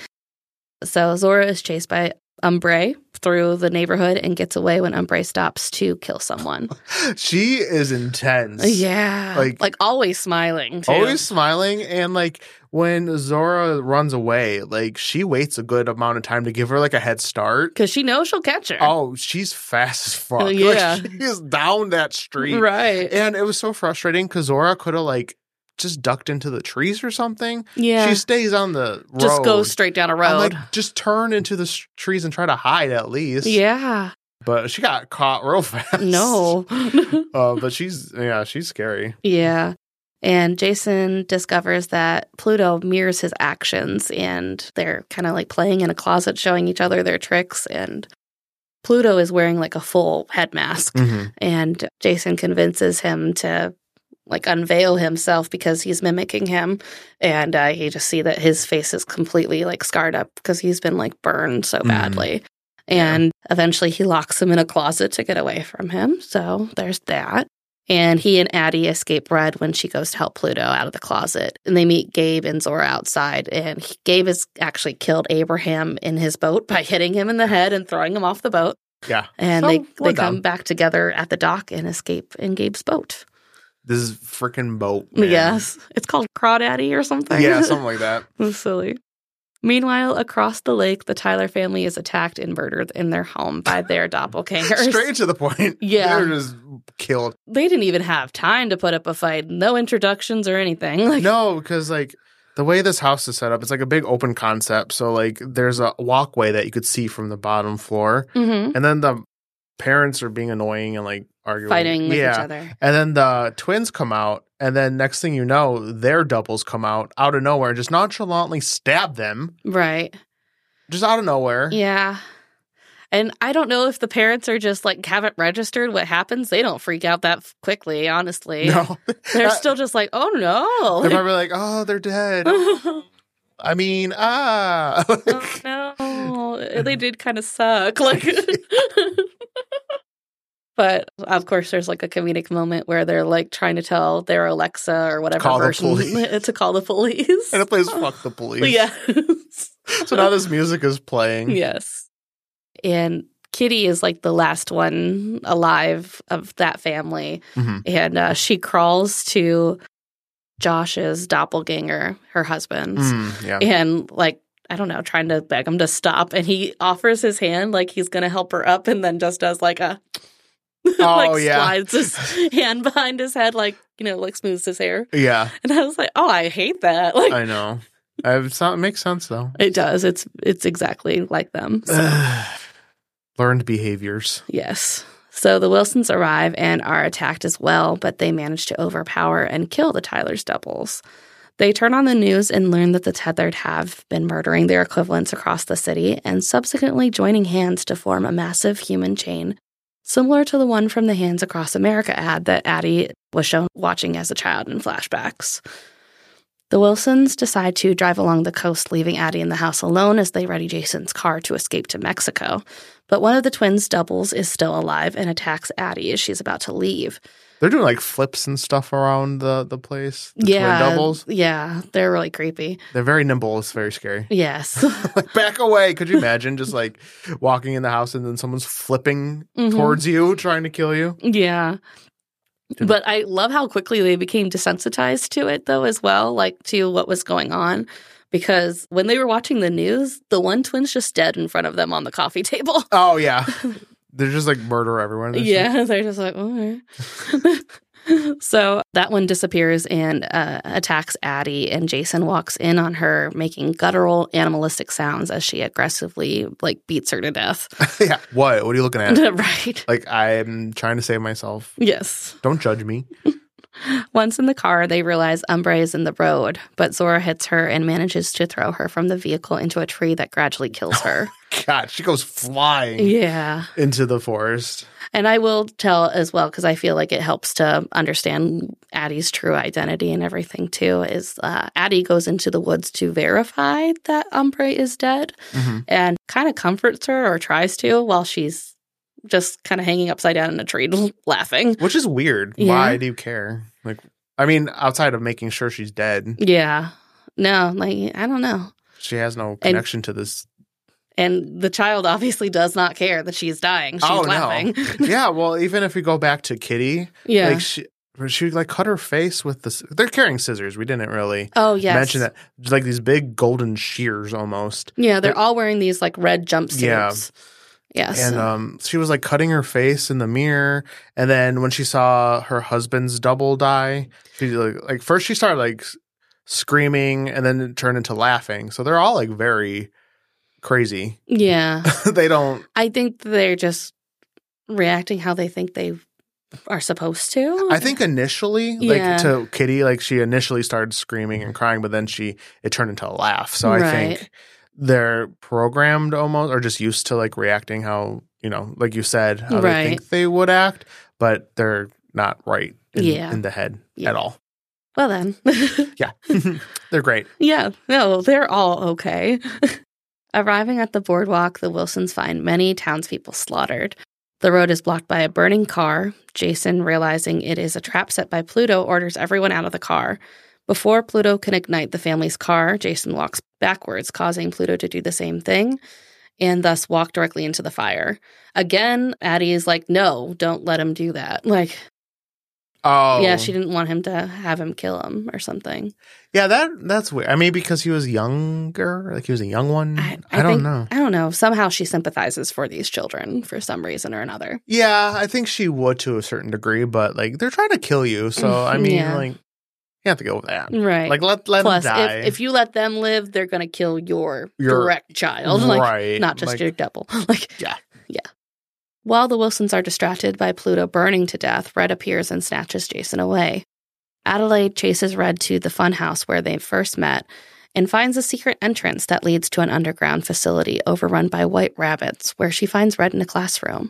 Speaker 1: So Zora is chased by Umbre through the neighborhood and gets away when Umbre stops to kill someone.
Speaker 2: She is intense.
Speaker 1: Uh, yeah. Like,
Speaker 2: Like-
Speaker 1: always smiling, too.
Speaker 2: Always smiling and like when Zora runs away, like she waits a good amount of time to give her like a head start.
Speaker 1: Because she knows she'll catch her.
Speaker 2: Oh, she's fast as fuck.
Speaker 1: Oh,
Speaker 2: Like,
Speaker 1: yeah.
Speaker 2: she is down that street.
Speaker 1: right.
Speaker 2: And it was so frustrating because Zora could have like just ducked into the trees or something.
Speaker 1: yeah.
Speaker 2: She stays on the road.
Speaker 1: just goes straight down a
Speaker 2: I'm
Speaker 1: road.
Speaker 2: like, just turn into the s- trees and try to hide at least.
Speaker 1: yeah.
Speaker 2: But she got caught real fast.
Speaker 1: No.
Speaker 2: Uh, but she's yeah, she's scary.
Speaker 1: Yeah. And Jason discovers that Pluto mirrors his actions and they're kind of like playing in a closet, showing each other their tricks. And Pluto is wearing like a full head mask.
Speaker 2: Mm-hmm.
Speaker 1: And Jason convinces him to like unveil himself because he's mimicking him. And uh, you just see that his face is completely like scarred up because he's been like burned so
Speaker 2: Mhm.
Speaker 1: badly. And eventually he locks him in a closet to get away from him. So there's that. And he and Addie escape Red when she goes to help Pluto out of the closet. And they meet Gabe and Zora outside. And he- Gabe has actually killed Abraham in his boat by hitting him in the head and throwing him off the boat.
Speaker 2: Yeah.
Speaker 1: And
Speaker 2: So,
Speaker 1: they,
Speaker 2: we're
Speaker 1: they come
Speaker 2: done.
Speaker 1: back together at the dock and escape in Gabe's boat.
Speaker 2: This is freaking boat. man.
Speaker 1: Yes. It's called Crawdaddy or something.
Speaker 2: Yeah, something like that.
Speaker 1: That's silly. Meanwhile, across the lake, the Tyler family is attacked and murdered in their home by their doppelgangers.
Speaker 2: Straight to the point.
Speaker 1: Yeah.
Speaker 2: They're just killed.
Speaker 1: They didn't even have time to put up a fight. No introductions or anything. Like,
Speaker 2: No, because like the way this house is set up, it's like a big open concept. So like there's a walkway that you could see from the bottom floor.
Speaker 1: Mhm.
Speaker 2: And then the parents are being annoying and like arguing.
Speaker 1: fighting with
Speaker 2: yeah.
Speaker 1: each other.
Speaker 2: And then the twins come out, and then next thing you know, their doubles come out out of nowhere and just nonchalantly stab them
Speaker 1: Right.
Speaker 2: just out of nowhere.
Speaker 1: Yeah. And I don't know if the parents are just like haven't registered what happens. They don't freak out that f- quickly, honestly.
Speaker 2: No, Uh,
Speaker 1: They're still just like, oh no.
Speaker 2: They're probably like, oh, they're dead.
Speaker 1: oh
Speaker 2: I mean, ah.
Speaker 1: no. They did kind of suck. Like But of course there's like a comedic moment where they're like trying to tell their Alexa or whatever
Speaker 2: Call the
Speaker 1: version
Speaker 2: police.
Speaker 1: to call the police.
Speaker 2: and it plays "fuck the police."
Speaker 1: Yes.
Speaker 2: So now this music is playing.
Speaker 1: Yes. And Kitty is like the last one alive of that family.
Speaker 2: Mhm.
Speaker 1: And uh, she crawls to Josh's doppelganger, her husband's,
Speaker 2: Mm, yeah.
Speaker 1: and like, I don't know, trying to beg him to stop. And he offers his hand like he's going to help her up and then just does like a.
Speaker 2: Oh,
Speaker 1: like
Speaker 2: yeah.
Speaker 1: slides his hand behind his head, like you know, like smooths his hair,
Speaker 2: Yeah,
Speaker 1: and I was like, "Oh, I hate that!" Like
Speaker 2: I know. I, it's not, it makes sense though.
Speaker 1: it does. It's it's exactly like them. So.
Speaker 2: Learned behaviors.
Speaker 1: Yes. So the Wilsons arrive and are attacked as well, but they manage to overpower and kill the Tyler's doubles. They turn on the news and learn that the Tethered have been murdering their equivalents across the city and subsequently joining hands to form a massive human chain, similar to the one from the Hands Across America ad that Addie was shown watching as a child in flashbacks. The Wilsons decide to drive along the coast, leaving Addie in the house alone as they ready Jason's car to escape to Mexico. But one of the twins' doubles is still alive and attacks Addie as she's about to leave.
Speaker 2: They're doing like flips and stuff around the the place. The
Speaker 1: yeah,
Speaker 2: Twin doubles.
Speaker 1: yeah, they're really creepy.
Speaker 2: They're very nimble. It's very scary.
Speaker 1: Yes,
Speaker 2: like back away. Could you imagine just like walking in the house and then someone's flipping
Speaker 1: Mhm.
Speaker 2: towards you, trying to kill you?
Speaker 1: yeah.
Speaker 2: Didn't-
Speaker 1: But I love how quickly they became desensitized to it, though, as well, like to what was going on. Because when they were watching the news, the one twin's just dead in front of them on the coffee table.
Speaker 2: Oh yeah. They're just like murder everyone. They're just like,
Speaker 1: Yeah, they're just like, "Oh, alright." so that one disappears and uh, attacks Addie, and Jason walks in on her, making guttural, animalistic sounds as she aggressively like beats her to death.
Speaker 2: yeah. What? What are you looking at?
Speaker 1: right.
Speaker 2: like I'm trying to save myself.
Speaker 1: Yes.
Speaker 2: Don't judge me.
Speaker 1: Once in the car, they realize Umbra is in the road, but Zora hits her and manages to throw her from the vehicle into a tree that gradually kills her.
Speaker 2: God, she goes flying
Speaker 1: yeah.
Speaker 2: into the forest.
Speaker 1: And I will tell as well because I feel like it helps to understand Addie's true identity and everything too. Is uh, Addie goes into the woods to verify that Umbra is dead
Speaker 2: Mhm.
Speaker 1: and kind of comforts her or tries to while she's just kind of hanging upside down in a tree laughing.
Speaker 2: Which is weird.
Speaker 1: Yeah.
Speaker 2: Why do you care? Like I mean, outside of making sure she's dead,
Speaker 1: Yeah. No, like I don't know.
Speaker 2: she has no connection to this.
Speaker 1: And the child obviously does not care that she's dying. She's
Speaker 2: Oh, no.
Speaker 1: laughing.
Speaker 2: yeah, well, even if we go back to Kitty,
Speaker 1: Yeah.
Speaker 2: like she, she like cut her face with this. They're carrying scissors. We didn't really
Speaker 1: oh yes.
Speaker 2: mention that. Just Like these big golden shears, almost.
Speaker 1: Yeah, they're all wearing these like red jumpsuits.
Speaker 2: Yeah.
Speaker 1: Yes.
Speaker 2: And um, she was like cutting her face in the mirror, and then when she saw her husband's double die, she like, like first she started like s- screaming, and then it turned into laughing. So they're all like very crazy.
Speaker 1: yeah.
Speaker 2: they don't.
Speaker 1: I think they're just reacting how they think they are supposed to.
Speaker 2: I think initially, like
Speaker 1: Yeah.
Speaker 2: to Kitty, like she initially started screaming and crying, but then she it turned into a laugh. So I
Speaker 1: Right.
Speaker 2: think they're programmed almost, or just used to like reacting how you know, like you said, how
Speaker 1: Right.
Speaker 2: they think they would act, but they're not right. In,
Speaker 1: Yeah.
Speaker 2: in the head
Speaker 1: Yeah.
Speaker 2: at all.
Speaker 1: Well, then.
Speaker 2: Yeah, they're great.
Speaker 1: yeah, no, they're all okay. Arriving at the boardwalk, the Wilsons find many townspeople slaughtered. The road is blocked by a burning car. Jason, realizing it is a trap set by Pluto, orders everyone out of the car. Before Pluto can ignite the family's car, Jason walks backwards, causing Pluto to do the same thing and thus walk directly into the fire. Again, Addie is like, no, don't let him do that. Like,
Speaker 2: Oh,
Speaker 1: yeah, she didn't want him to have him kill him or something.
Speaker 2: Yeah, that that's weird. I mean, because he was younger, like he was a young one. Mm, I, don't
Speaker 1: think-
Speaker 2: know.
Speaker 1: I don't know. Somehow she sympathizes for these children for some reason or another.
Speaker 2: Yeah, I think she would to a certain degree, but like they're trying to kill you, so I mean,
Speaker 1: Mm-hmm. Yeah.
Speaker 2: like you have to go with that.
Speaker 1: Right.
Speaker 2: Like let let
Speaker 1: Plus,
Speaker 2: them die.
Speaker 1: if, if you let them live, they're going to kill your,
Speaker 2: Your-
Speaker 1: direct child. Like,
Speaker 2: right,
Speaker 1: not just
Speaker 2: like,
Speaker 1: your double. like
Speaker 2: Yeah.
Speaker 1: yeah. While the Wilsons are distracted by Pluto burning to death, Red appears and snatches Jason away. Adelaide chases Red to the funhouse where they first met, and finds a secret entrance that leads to an underground facility overrun by white rabbits, where she finds Red in a classroom.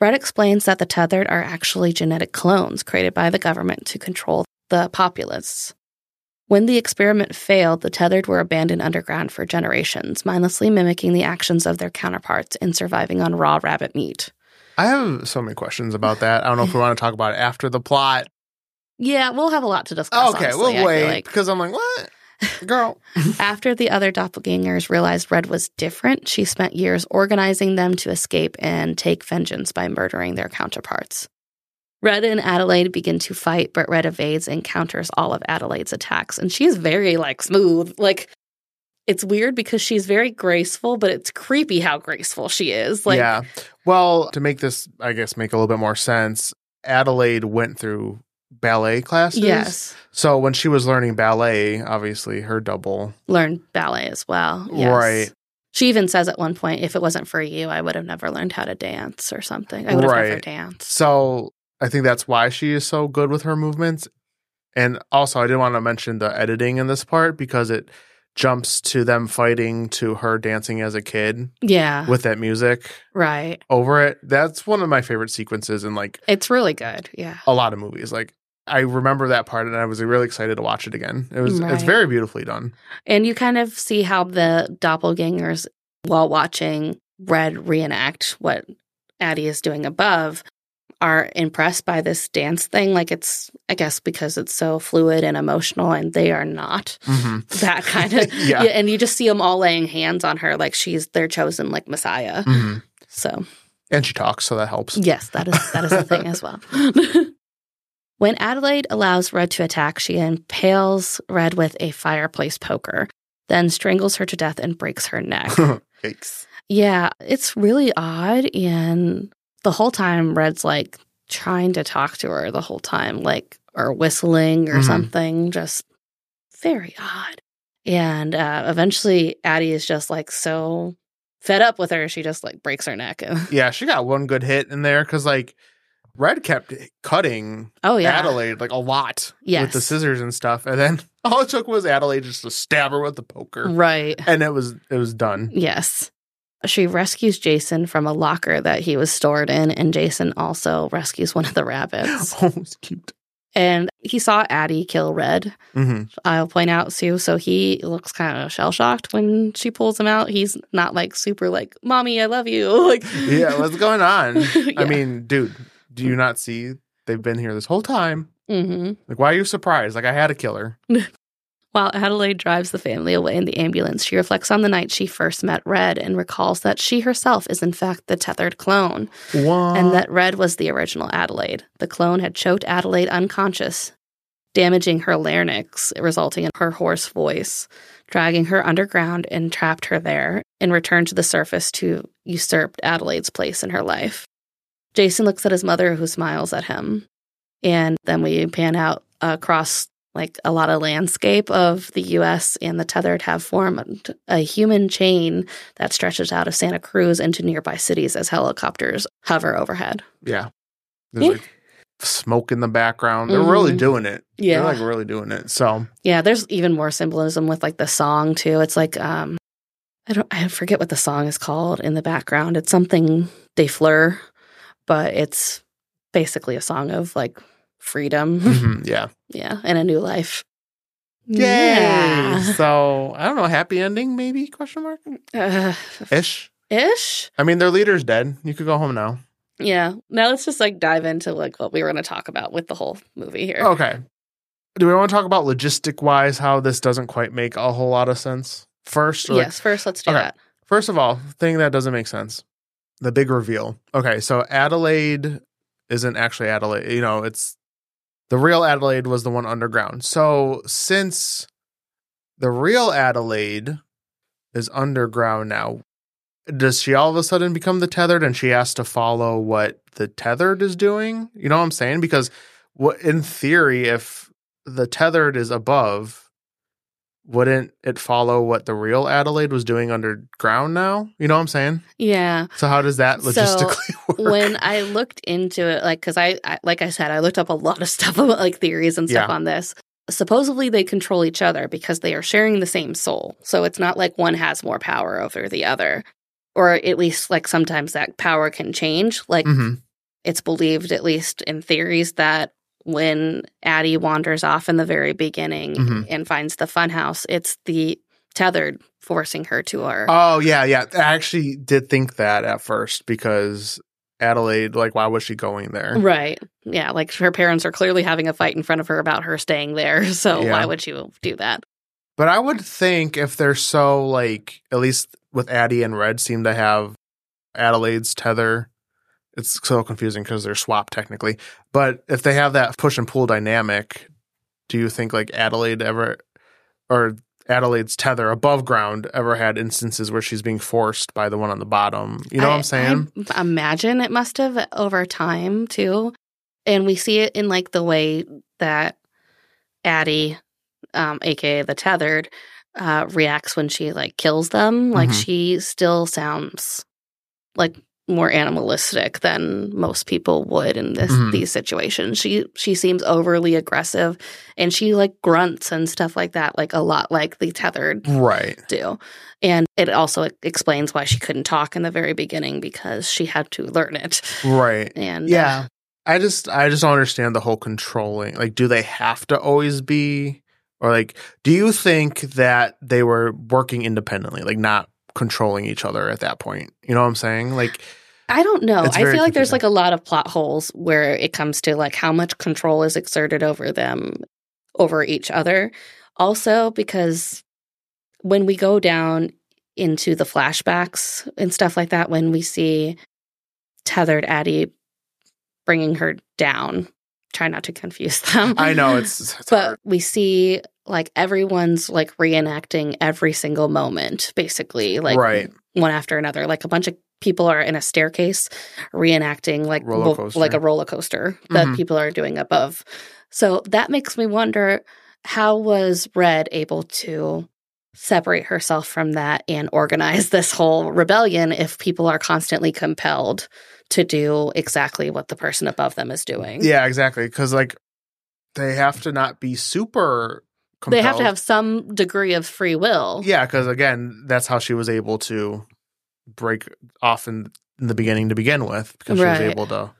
Speaker 1: Red explains that the Tethered are actually genetic clones created by the government to control the populace. When the experiment failed, the Tethered were abandoned underground for generations, mindlessly mimicking the actions of their counterparts and surviving on raw rabbit meat.
Speaker 2: I have so many questions about that. I don't know if we want to talk about it after the plot.
Speaker 1: Yeah, we'll have a lot to discuss.
Speaker 2: okay,
Speaker 1: honestly, I
Speaker 2: we'll
Speaker 1: feel
Speaker 2: wait
Speaker 1: like.
Speaker 2: because I'm like, what? Girl.
Speaker 1: After the other doppelgangers realized Red was different, she spent years organizing them to escape and take vengeance by murdering their counterparts. Red and Adelaide begin to fight, but Red evades and counters all of Adelaide's attacks, and she's very like smooth. Like it's weird because she's very graceful, but it's creepy how graceful she is. Like
Speaker 2: yeah. Well, to make this, I guess, make a little bit more sense, Adelaide went through ballet classes.
Speaker 1: yes,
Speaker 2: So when she was learning ballet, obviously her double,
Speaker 1: learn ballet as well. Yes.
Speaker 2: right?
Speaker 1: She even says at one point, if it wasn't for you, I would have never learned how to dance or something. I would have never
Speaker 2: Right.
Speaker 1: danced.
Speaker 2: So I think that's why she is so good with her movements. And also, I did want to mention the editing in this part because it jumps to them fighting to her dancing as a kid
Speaker 1: Yeah.
Speaker 2: with that music
Speaker 1: Right.
Speaker 2: over it. That's one of my favorite sequences in like
Speaker 1: It's really good. Yeah.
Speaker 2: a lot of movies. Like I remember that part, and I was really excited to watch it again. It was
Speaker 1: Right.
Speaker 2: it's very beautifully done.
Speaker 1: And you kind of see how the doppelgangers, while watching Red reenact what Addie is doing above, are impressed by this dance thing. Like it's, I guess, because it's so fluid and emotional, and they are not
Speaker 2: Mhm.
Speaker 1: that kind of.
Speaker 2: Yeah.
Speaker 1: And you just see them all laying hands on her like she's their chosen, like Messiah.
Speaker 2: Mhm.
Speaker 1: So.
Speaker 2: And she talks, so that helps.
Speaker 1: Yes, that is that is a thing as well. when Adelaide allows Red to attack, she impales Red with a fireplace poker, then strangles her to death and breaks her neck.
Speaker 2: Yikes.
Speaker 1: yeah, it's really odd and the whole time Red's like trying to talk to her the whole time like or whistling or
Speaker 2: Mhm.
Speaker 1: something just very odd. And uh, eventually Addie is just like so fed up with her she just like breaks her neck.
Speaker 2: Yeah, she got one good hit in there because like Red kept cutting
Speaker 1: oh yeah.
Speaker 2: Adelaide like a lot with the
Speaker 1: Yes.
Speaker 2: scissors and stuff, and then all it took was Adelaide just to stab her with the poker,
Speaker 1: Right.
Speaker 2: and it was it was done.
Speaker 1: Yes. She rescues Jason from a locker that he was stored in, and Jason also rescues one of the rabbits.
Speaker 2: Oh, it's cute.
Speaker 1: And he saw Addie kill Red.
Speaker 2: hmm
Speaker 1: I'll point out Sue, so he looks kind of shell shocked when she pulls him out. He's not like super like, "Mommy, I love you." Like,
Speaker 2: Yeah, what's going on?
Speaker 1: Yeah.
Speaker 2: I mean, dude, do you not see they've been here this whole time?
Speaker 1: hmm
Speaker 2: Like, why are you surprised? Like, I had a killer.
Speaker 1: While Adelaide drives the family away in the ambulance, she reflects on the night she first met Red and recalls that she herself is in fact the tethered clone.
Speaker 2: What?
Speaker 1: and that Red was the original Adelaide. The clone had choked Adelaide unconscious, damaging her larynx, resulting in her hoarse voice, dragging her underground and trapped her there, and returned to the surface to usurp Adelaide's place in her life. Jason looks at his mother, who smiles at him, and then we pan out across like a lot of landscape of the U.S. and the tethered have formed a human chain that stretches out of Santa Cruz into nearby cities as helicopters hover overhead.
Speaker 2: yeah, there's
Speaker 1: Yeah.
Speaker 2: like smoke in the background. They're
Speaker 1: Mhm.
Speaker 2: really doing it.
Speaker 1: Yeah.
Speaker 2: They're like really doing it. So
Speaker 1: yeah, there's even more symbolism with like the song too. It's like um I don't I forget what the song is called in the background. It's something they fleur, but it's basically a song of like freedom.
Speaker 2: mhm, yeah.
Speaker 1: yeah, and a new life.
Speaker 2: Yay! So I don't know, happy ending maybe? Question mark
Speaker 1: Yeah. Uh,
Speaker 2: ish.
Speaker 1: ish.
Speaker 2: I mean, their leader's dead. You could go home now.
Speaker 1: Yeah. Now let's just like dive into like what we were going to talk about with the whole movie here.
Speaker 2: Okay. Do we want to talk about logistic wise how this doesn't quite make a whole lot of sense? First, or like-
Speaker 1: yes, first let's do
Speaker 2: Okay.
Speaker 1: that.
Speaker 2: first of all, thing that doesn't make sense, the big reveal. Okay, so Adelaide isn't actually Adelaide. You know, it's the real Adelaide was the one underground. So since the real Adelaide is underground now. Does she all of a sudden become the tethered and she has to follow what the tethered is doing? You know what I'm saying? Because what in theory, if the tethered is above, wouldn't it follow what the real Adelaide was doing underground now? You know what I'm saying?
Speaker 1: Yeah.
Speaker 2: So how does that
Speaker 1: So,
Speaker 2: logistically work?
Speaker 1: when I looked into it, like, because I, I, like I said, I looked up a lot of stuff about like theories and stuff
Speaker 2: Yeah.
Speaker 1: on this. supposedly they control each other because they are sharing the same soul. So it's not like one has more power over the other, or at least like sometimes that power can change. Like
Speaker 2: hmm
Speaker 1: it's believed, at least in theories, that when Addie wanders off in the very beginning
Speaker 2: Mhm.
Speaker 1: and finds the funhouse, it's the tethered forcing her to her.
Speaker 2: Oh yeah, yeah. I actually did think that at first because Adelaide, like, why was she going there?
Speaker 1: Right. Yeah. Like her parents are clearly having a fight in front of her about her staying there. So
Speaker 2: Yeah.
Speaker 1: why would you do that?
Speaker 2: But I would think if they're so like, at least with Addie and Red seem to have Adelaide's tether. It's so confusing because they're swapped technically. But if they have that push and pull dynamic, do you think like Adelaide ever or Adelaide's tether above ground ever had instances where she's being forced by the one on the bottom? You know what I'm saying?
Speaker 1: I b- imagine it must have over time too. And we see it in like the way that Addie, um, aka the tethered, uh, reacts when she like kills them. Like
Speaker 2: Mhm.
Speaker 1: she still sounds like more animalistic than most people would in this
Speaker 2: Mhm.
Speaker 1: these situations. She she seems overly aggressive and she like grunts and stuff like that, like a lot like the tethered
Speaker 2: right.
Speaker 1: do. And it also e-, explains why she couldn't talk in the very beginning because she had to learn it.
Speaker 2: Right.
Speaker 1: And uh,
Speaker 2: Yeah. I just I just don't understand the whole controlling. Like, do they have to always be or like do you think that they were working independently, like not controlling each other at that point? You know what I'm saying? Like
Speaker 1: I don't know.
Speaker 2: It's
Speaker 1: I
Speaker 2: very
Speaker 1: feel like there's like
Speaker 2: confusing.
Speaker 1: a lot of plot holes where it comes to like how much control is exerted over them, over each other. Also, because when we go down into the flashbacks and stuff like that, when we see tethered Addie bringing her down, try not to confuse them.
Speaker 2: I know it's, it's
Speaker 1: Um, but
Speaker 2: hard.
Speaker 1: we see like everyone's like reenacting every single moment basically like
Speaker 2: right.
Speaker 1: one after another like a bunch of people are in a staircase reenacting like
Speaker 2: Roller
Speaker 1: wo-
Speaker 2: coaster.
Speaker 1: like a roller coaster that
Speaker 2: Mhm.
Speaker 1: people are doing above so that makes me wonder how was red able to separate herself from that and organize this whole rebellion if people are constantly compelled to do exactly what the person above them is doing
Speaker 2: Yeah, exactly. Because like they have to not be super.
Speaker 1: they have to
Speaker 2: compelled.
Speaker 1: have some degree of free will
Speaker 2: Yeah, because again, that's how she was able to break off in, in the beginning to begin with, because she
Speaker 1: Right.
Speaker 2: was able to.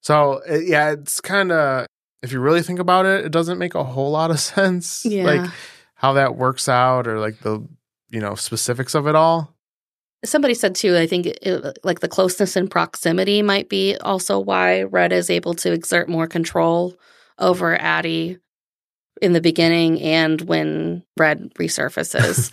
Speaker 2: So it, yeah, it's kind of if you really think about it, it doesn't make a whole lot of sense.
Speaker 1: Yeah.
Speaker 2: like how that works out or like the you know specifics of it all.
Speaker 1: Somebody said too, I think it, like the closeness and proximity might be also why Red is able to exert more control over Addie in the beginning and when Red resurfaces.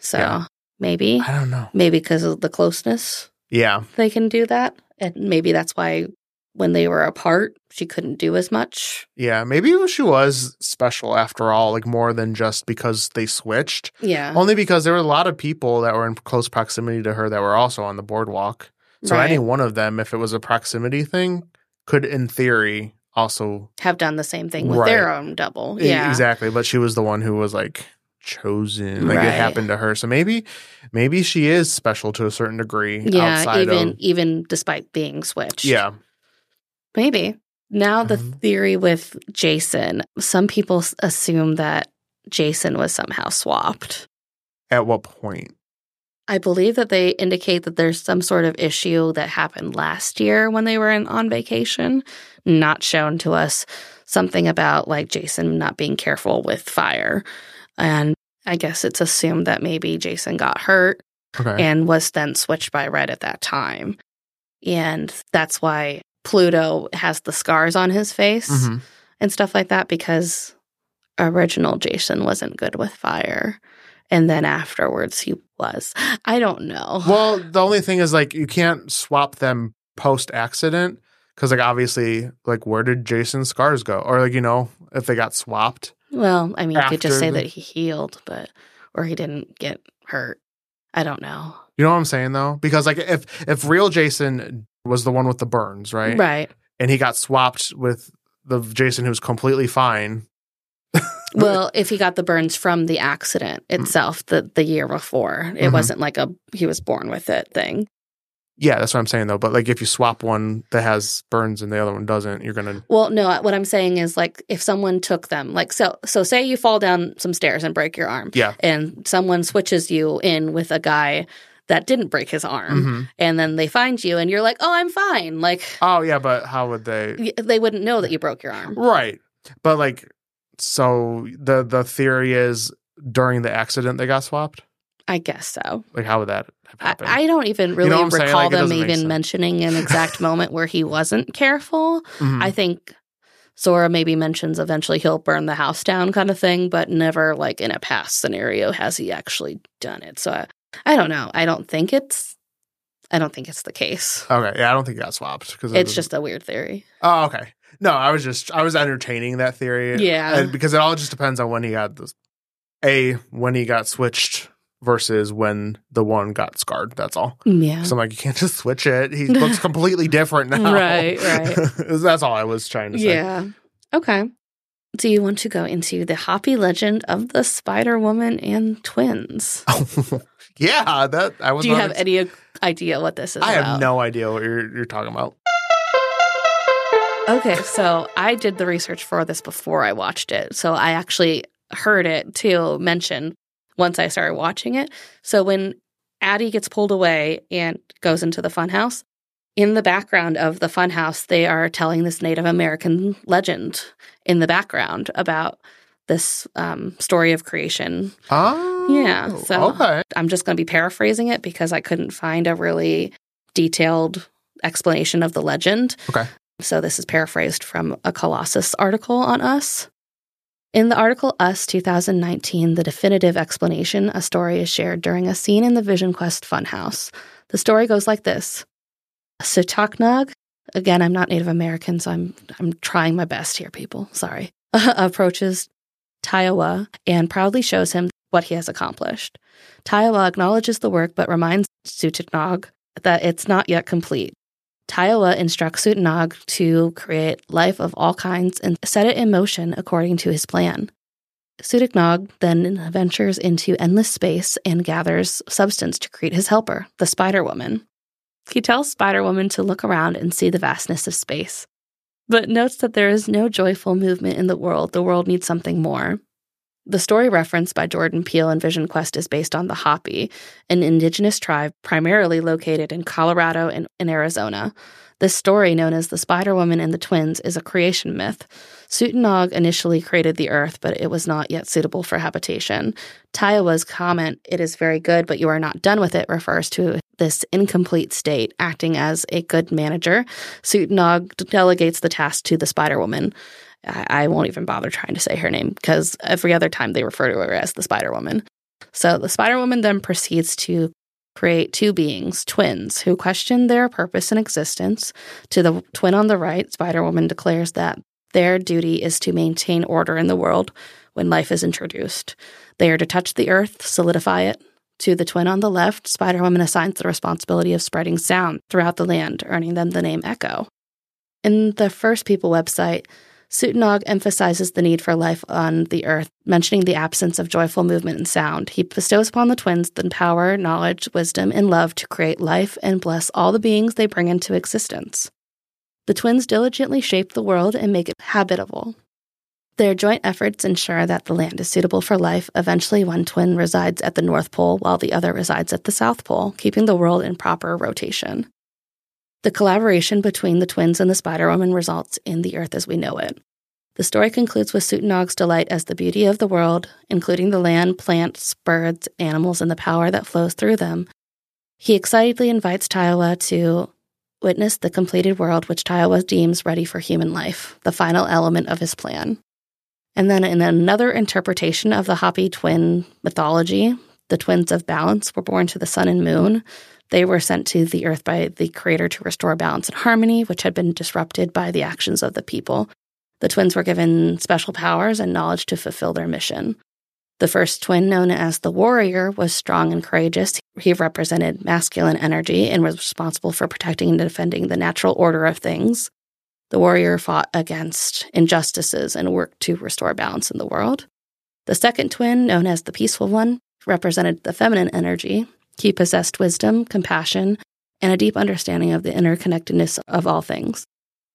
Speaker 1: so
Speaker 2: Yeah.
Speaker 1: maybe,
Speaker 2: I don't know.
Speaker 1: maybe because of the closeness,
Speaker 2: Yeah,
Speaker 1: they can do that. And maybe that's why when they were apart, she couldn't do as much.
Speaker 2: yeah. Maybe she was special after all, like more than just because they switched.
Speaker 1: Yeah.
Speaker 2: Only because there were a lot of people that were in close proximity to her that were also on the boardwalk. So
Speaker 1: right.
Speaker 2: any one of them, if it was a proximity thing, could in theory also
Speaker 1: have done the same thing with
Speaker 2: Right.
Speaker 1: their own double.
Speaker 2: E-
Speaker 1: Yeah.
Speaker 2: exactly. But she was the one who was like chosen. Like
Speaker 1: Right.
Speaker 2: it happened to her. So maybe maybe she is special to a certain degree
Speaker 1: Yeah,
Speaker 2: outside
Speaker 1: even
Speaker 2: of
Speaker 1: even despite being switched.
Speaker 2: yeah.
Speaker 1: Maybe. Now, the
Speaker 2: Mhm.
Speaker 1: theory with Jason, some people s- assume that Jason was somehow swapped.
Speaker 2: At what point?
Speaker 1: I believe that they indicate that there's some sort of issue that happened last year when they were in, on vacation, not shown to us. Something about like Jason not being careful with fire. And I guess it's assumed that maybe Jason got hurt
Speaker 2: Okay.
Speaker 1: and was then switched by red at that time. And that's why Pluto has the scars on his face
Speaker 2: Mhm.
Speaker 1: and stuff like that because original Jason wasn't good with fire. And then afterwards he was. I don't know.
Speaker 2: Well, the only thing is like you can't swap them post accident because like obviously like where did Jason's scars go or like you know if they got swapped.
Speaker 1: Well, I mean, you could just
Speaker 2: After
Speaker 1: say
Speaker 2: the-
Speaker 1: that he healed, but or he didn't get hurt. I don't know.
Speaker 2: You know what I'm saying though? Because like if if real Jason was the one with the burns, right?
Speaker 1: right.
Speaker 2: And he got swapped with the Jason who's completely fine.
Speaker 1: Well, if he got the burns from the
Speaker 2: Mm.
Speaker 1: accident itself, the the year before, it
Speaker 2: Mhm.
Speaker 1: wasn't like a he was born with it thing.
Speaker 2: Yeah, that's what I'm saying though. But like if you swap one that has burns and the other one doesn't, you're gonna
Speaker 1: Well, no, what I'm saying is like if someone took them, like so so say you fall down some stairs and break your arm.
Speaker 2: Yeah.
Speaker 1: And someone switches you in with a guy that didn't break his arm
Speaker 2: Mhm.
Speaker 1: and then they find you and you're like, "Oh, I'm fine." Like
Speaker 2: Oh yeah, but how would they
Speaker 1: y- they wouldn't know that you broke your arm.
Speaker 2: Right. But like so the the theory is during the accident they got swapped?
Speaker 1: I guess so.
Speaker 2: Like how would that have
Speaker 1: I,
Speaker 2: happened?
Speaker 1: I don't even really
Speaker 2: what I'm saying?
Speaker 1: recall
Speaker 2: Like, it
Speaker 1: them
Speaker 2: doesn't make
Speaker 1: even
Speaker 2: sense.
Speaker 1: mentioning an exact moment where he wasn't careful.
Speaker 2: Mhm.
Speaker 1: I think Sora maybe mentions eventually he'll burn the house down kind of thing, but never like in a past scenario has he actually done it. So I, I don't know. I don't think it's I don't think it's the case.
Speaker 2: Okay, yeah, I don't think it got swapped because
Speaker 1: It's just a weird theory.
Speaker 2: Oh, okay. No, I was just I was entertaining that theory.
Speaker 1: Yeah.
Speaker 2: And because it all just depends on when he got this A, when he got switched versus when the one got scarred. That's all.
Speaker 1: Yeah.
Speaker 2: So I'm like, you can't just switch it. He looks completely different now.
Speaker 1: Right, right.
Speaker 2: That's all I was trying to say.
Speaker 1: Yeah. Okay. Do you want to go into the Hoppy legend of the Spider Woman and twins?
Speaker 2: yeah, that I was
Speaker 1: Do you
Speaker 2: not
Speaker 1: have
Speaker 2: ex-
Speaker 1: any idea what this is?
Speaker 2: I
Speaker 1: about?
Speaker 2: have no idea what you're you're talking about.
Speaker 1: Okay, so I did the research for this before I watched it. So I actually heard it too mentioned once I started watching it. So when Addie gets pulled away and goes into the funhouse, in the background of the funhouse, they are telling this Native American legend in the background about this um, story of creation
Speaker 2: Oh.
Speaker 1: Yeah, so-
Speaker 2: okay.
Speaker 1: I'm just going to be paraphrasing it because I couldn't find a really detailed explanation of the legend.
Speaker 2: Okay.
Speaker 1: So this is paraphrased from a Colossus article on Us. In the article Us 2019, The Definitive Explanation, a story is shared during a scene in the Vision Quest Funhouse. The story goes like this Sitoknag, again, I'm not Native American, so I'm, I'm trying my best here, people. Sorry. approaches Taiwa and proudly shows him what he has accomplished. Taiwa acknowledges the work but reminds Sutitnog that it's not yet complete. Taiwa instructs Sutitnog to create life of all kinds and set it in motion according to his plan. Sutitnog then ventures into endless space and gathers substance to create his helper, the Spider Woman. He tells Spider Woman to look around and see the vastness of space, but notes that there is no joyful movement in the world. The world needs something more. The story referenced by Jordan Peele in Vision Quest is based on the Hopi, an indigenous tribe primarily located in Colorado and in Arizona. This story, known as the Spider Woman and the Twins, is a creation myth. Sutanog initially created the earth, but it was not yet suitable for habitation. Taiwa's comment, it is very good, but you are not done with it, refers to this incomplete state. Acting as a good manager, Sutanog delegates the task to the Spider Woman. I, I won't even bother trying to say her name because every other time they refer to her as the Spider Woman. So the Spider Woman then proceeds to create two beings, twins, who question their purpose and existence. To the twin on the right, Spider Woman declares that their duty is to maintain order in the world when life is introduced. They are to touch the earth, solidify it. To the twin on the left, Spider Woman assigns the responsibility of spreading sound throughout the land, earning them the name Echo. In the First People website, Sutnog emphasizes the need for life on the earth, mentioning the absence of joyful movement and sound. He bestows upon the twins the power, knowledge, wisdom, and love to create life and bless all the beings they bring into existence. The twins diligently shape the world and make it habitable. Their joint efforts ensure that the land is suitable for life. Eventually, one twin resides at the North Pole while the other resides at the South Pole, keeping the world in proper rotation. The collaboration between the twins and the Spider Woman results in the Earth as we know it. The story concludes with Sutnog's delight as the beauty of the world, including the land, plants, birds, animals, and the power that flows through them. He excitedly invites Taiwa to witness the completed world, which Taiwa deems ready for human life, the final element of his plan. And then, in another interpretation of the Hopi twin mythology, the twins of balance were born to the sun and moon. They were sent to the earth by the creator to restore balance and harmony, which had been disrupted by the actions of the people. The twins were given special powers and knowledge to fulfill their mission. The first twin, known as the Warrior, was strong and courageous. He represented masculine energy and was responsible for protecting and defending the natural order of things. The Warrior fought against injustices and worked to restore balance in the world. The second twin, known as the Peaceful One, represented the feminine energy. He possessed wisdom, compassion, and a deep understanding of the interconnectedness of all things.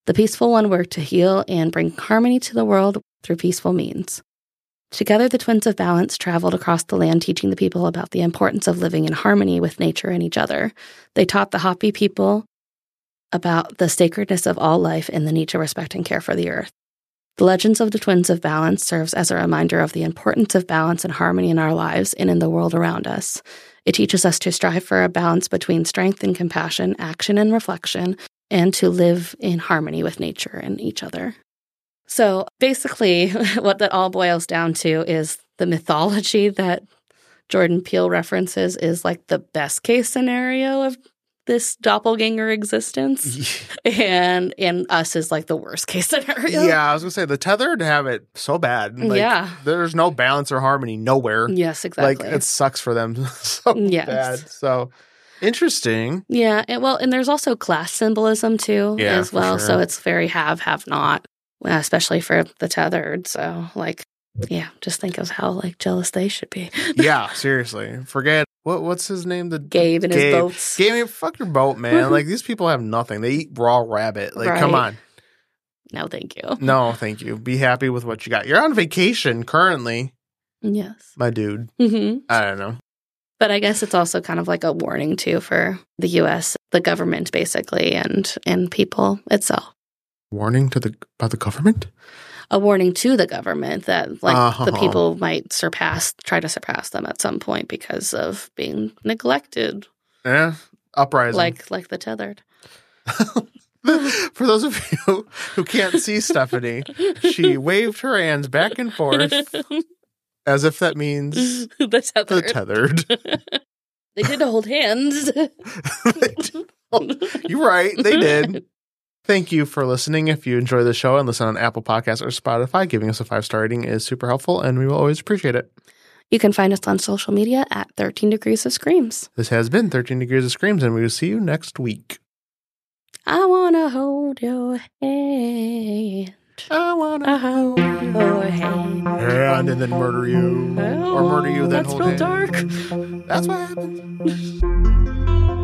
Speaker 1: The peaceful one worked to heal and bring harmony to the world through peaceful means. Together, the twins of balance traveled across the land, teaching the people about the importance of living in harmony with nature and each other. They taught the Hopi people about the sacredness of all life and the need to respect and care for the earth. The Legends of the Twins of Balance serves as a reminder of the importance of balance and harmony in our lives and in the world around us. It teaches us to strive for a balance between strength and compassion, action and reflection, and to live in harmony with nature and each other. So basically, what that all boils down to is the mythology that Jordan Peele references is like the best case scenario of this doppelganger
Speaker 2: Mm-hmm.
Speaker 1: existence and and us is like the worst case scenario
Speaker 2: Yeah, I was gonna say the tethered have it so bad. Like,
Speaker 1: Yeah.
Speaker 2: there's no balance or harmony nowhere.
Speaker 1: yes exactly
Speaker 2: Like it sucks for them so
Speaker 1: Yes.
Speaker 2: bad. So interesting.
Speaker 1: Yeah, and well, and there's also class symbolism too,
Speaker 2: Yeah,
Speaker 1: as
Speaker 2: for
Speaker 1: well. So
Speaker 2: sure.
Speaker 1: it's very have, have not, especially for the tethered. So like, yeah, just think of how like jealous they should be.
Speaker 2: Yeah, seriously. Forget what what's his name? The
Speaker 1: Gabe and his
Speaker 2: Gabe.
Speaker 1: boats.
Speaker 2: Gabe, I mean, fuck your boat, man. like these people have nothing. They eat raw rabbit. Like, come
Speaker 1: Right.
Speaker 2: on.
Speaker 1: No, thank you.
Speaker 2: No, thank you. Be happy with what you got. You're on vacation currently,
Speaker 1: Yes.
Speaker 2: my dude.
Speaker 1: hmm
Speaker 2: I don't know.
Speaker 1: But I guess it's also kind of like a warning too for the U.S., the government, basically, and and people itself.
Speaker 2: Warning to the by the government?
Speaker 1: A warning to the government that like the
Speaker 2: Oh.
Speaker 1: people might surpass, try to surpass them at some point because of being neglected,
Speaker 2: Yeah. Uprising.
Speaker 1: like like the tethered.
Speaker 2: For those of you who can't see Stephanie, she waved her hands back and forth as if that means
Speaker 1: the tether.
Speaker 2: the tethered.
Speaker 1: they did hold hands.
Speaker 2: You're right. They did. Thank you for listening. If you enjoy the show and listen on Apple Podcasts or Spotify, giving us a five star rating is super helpful and we will always appreciate it.
Speaker 1: You can find us on social media at 13 Degrees of Screams.
Speaker 2: This has been 13 Degrees of Screams, and we will see you next week.
Speaker 1: I want to hold your hand.
Speaker 2: I want
Speaker 1: I hold your hand.
Speaker 2: And then murder you. Or murder you, then
Speaker 1: That's
Speaker 2: hold
Speaker 1: real
Speaker 2: hand.
Speaker 1: dark.
Speaker 2: That's what happens.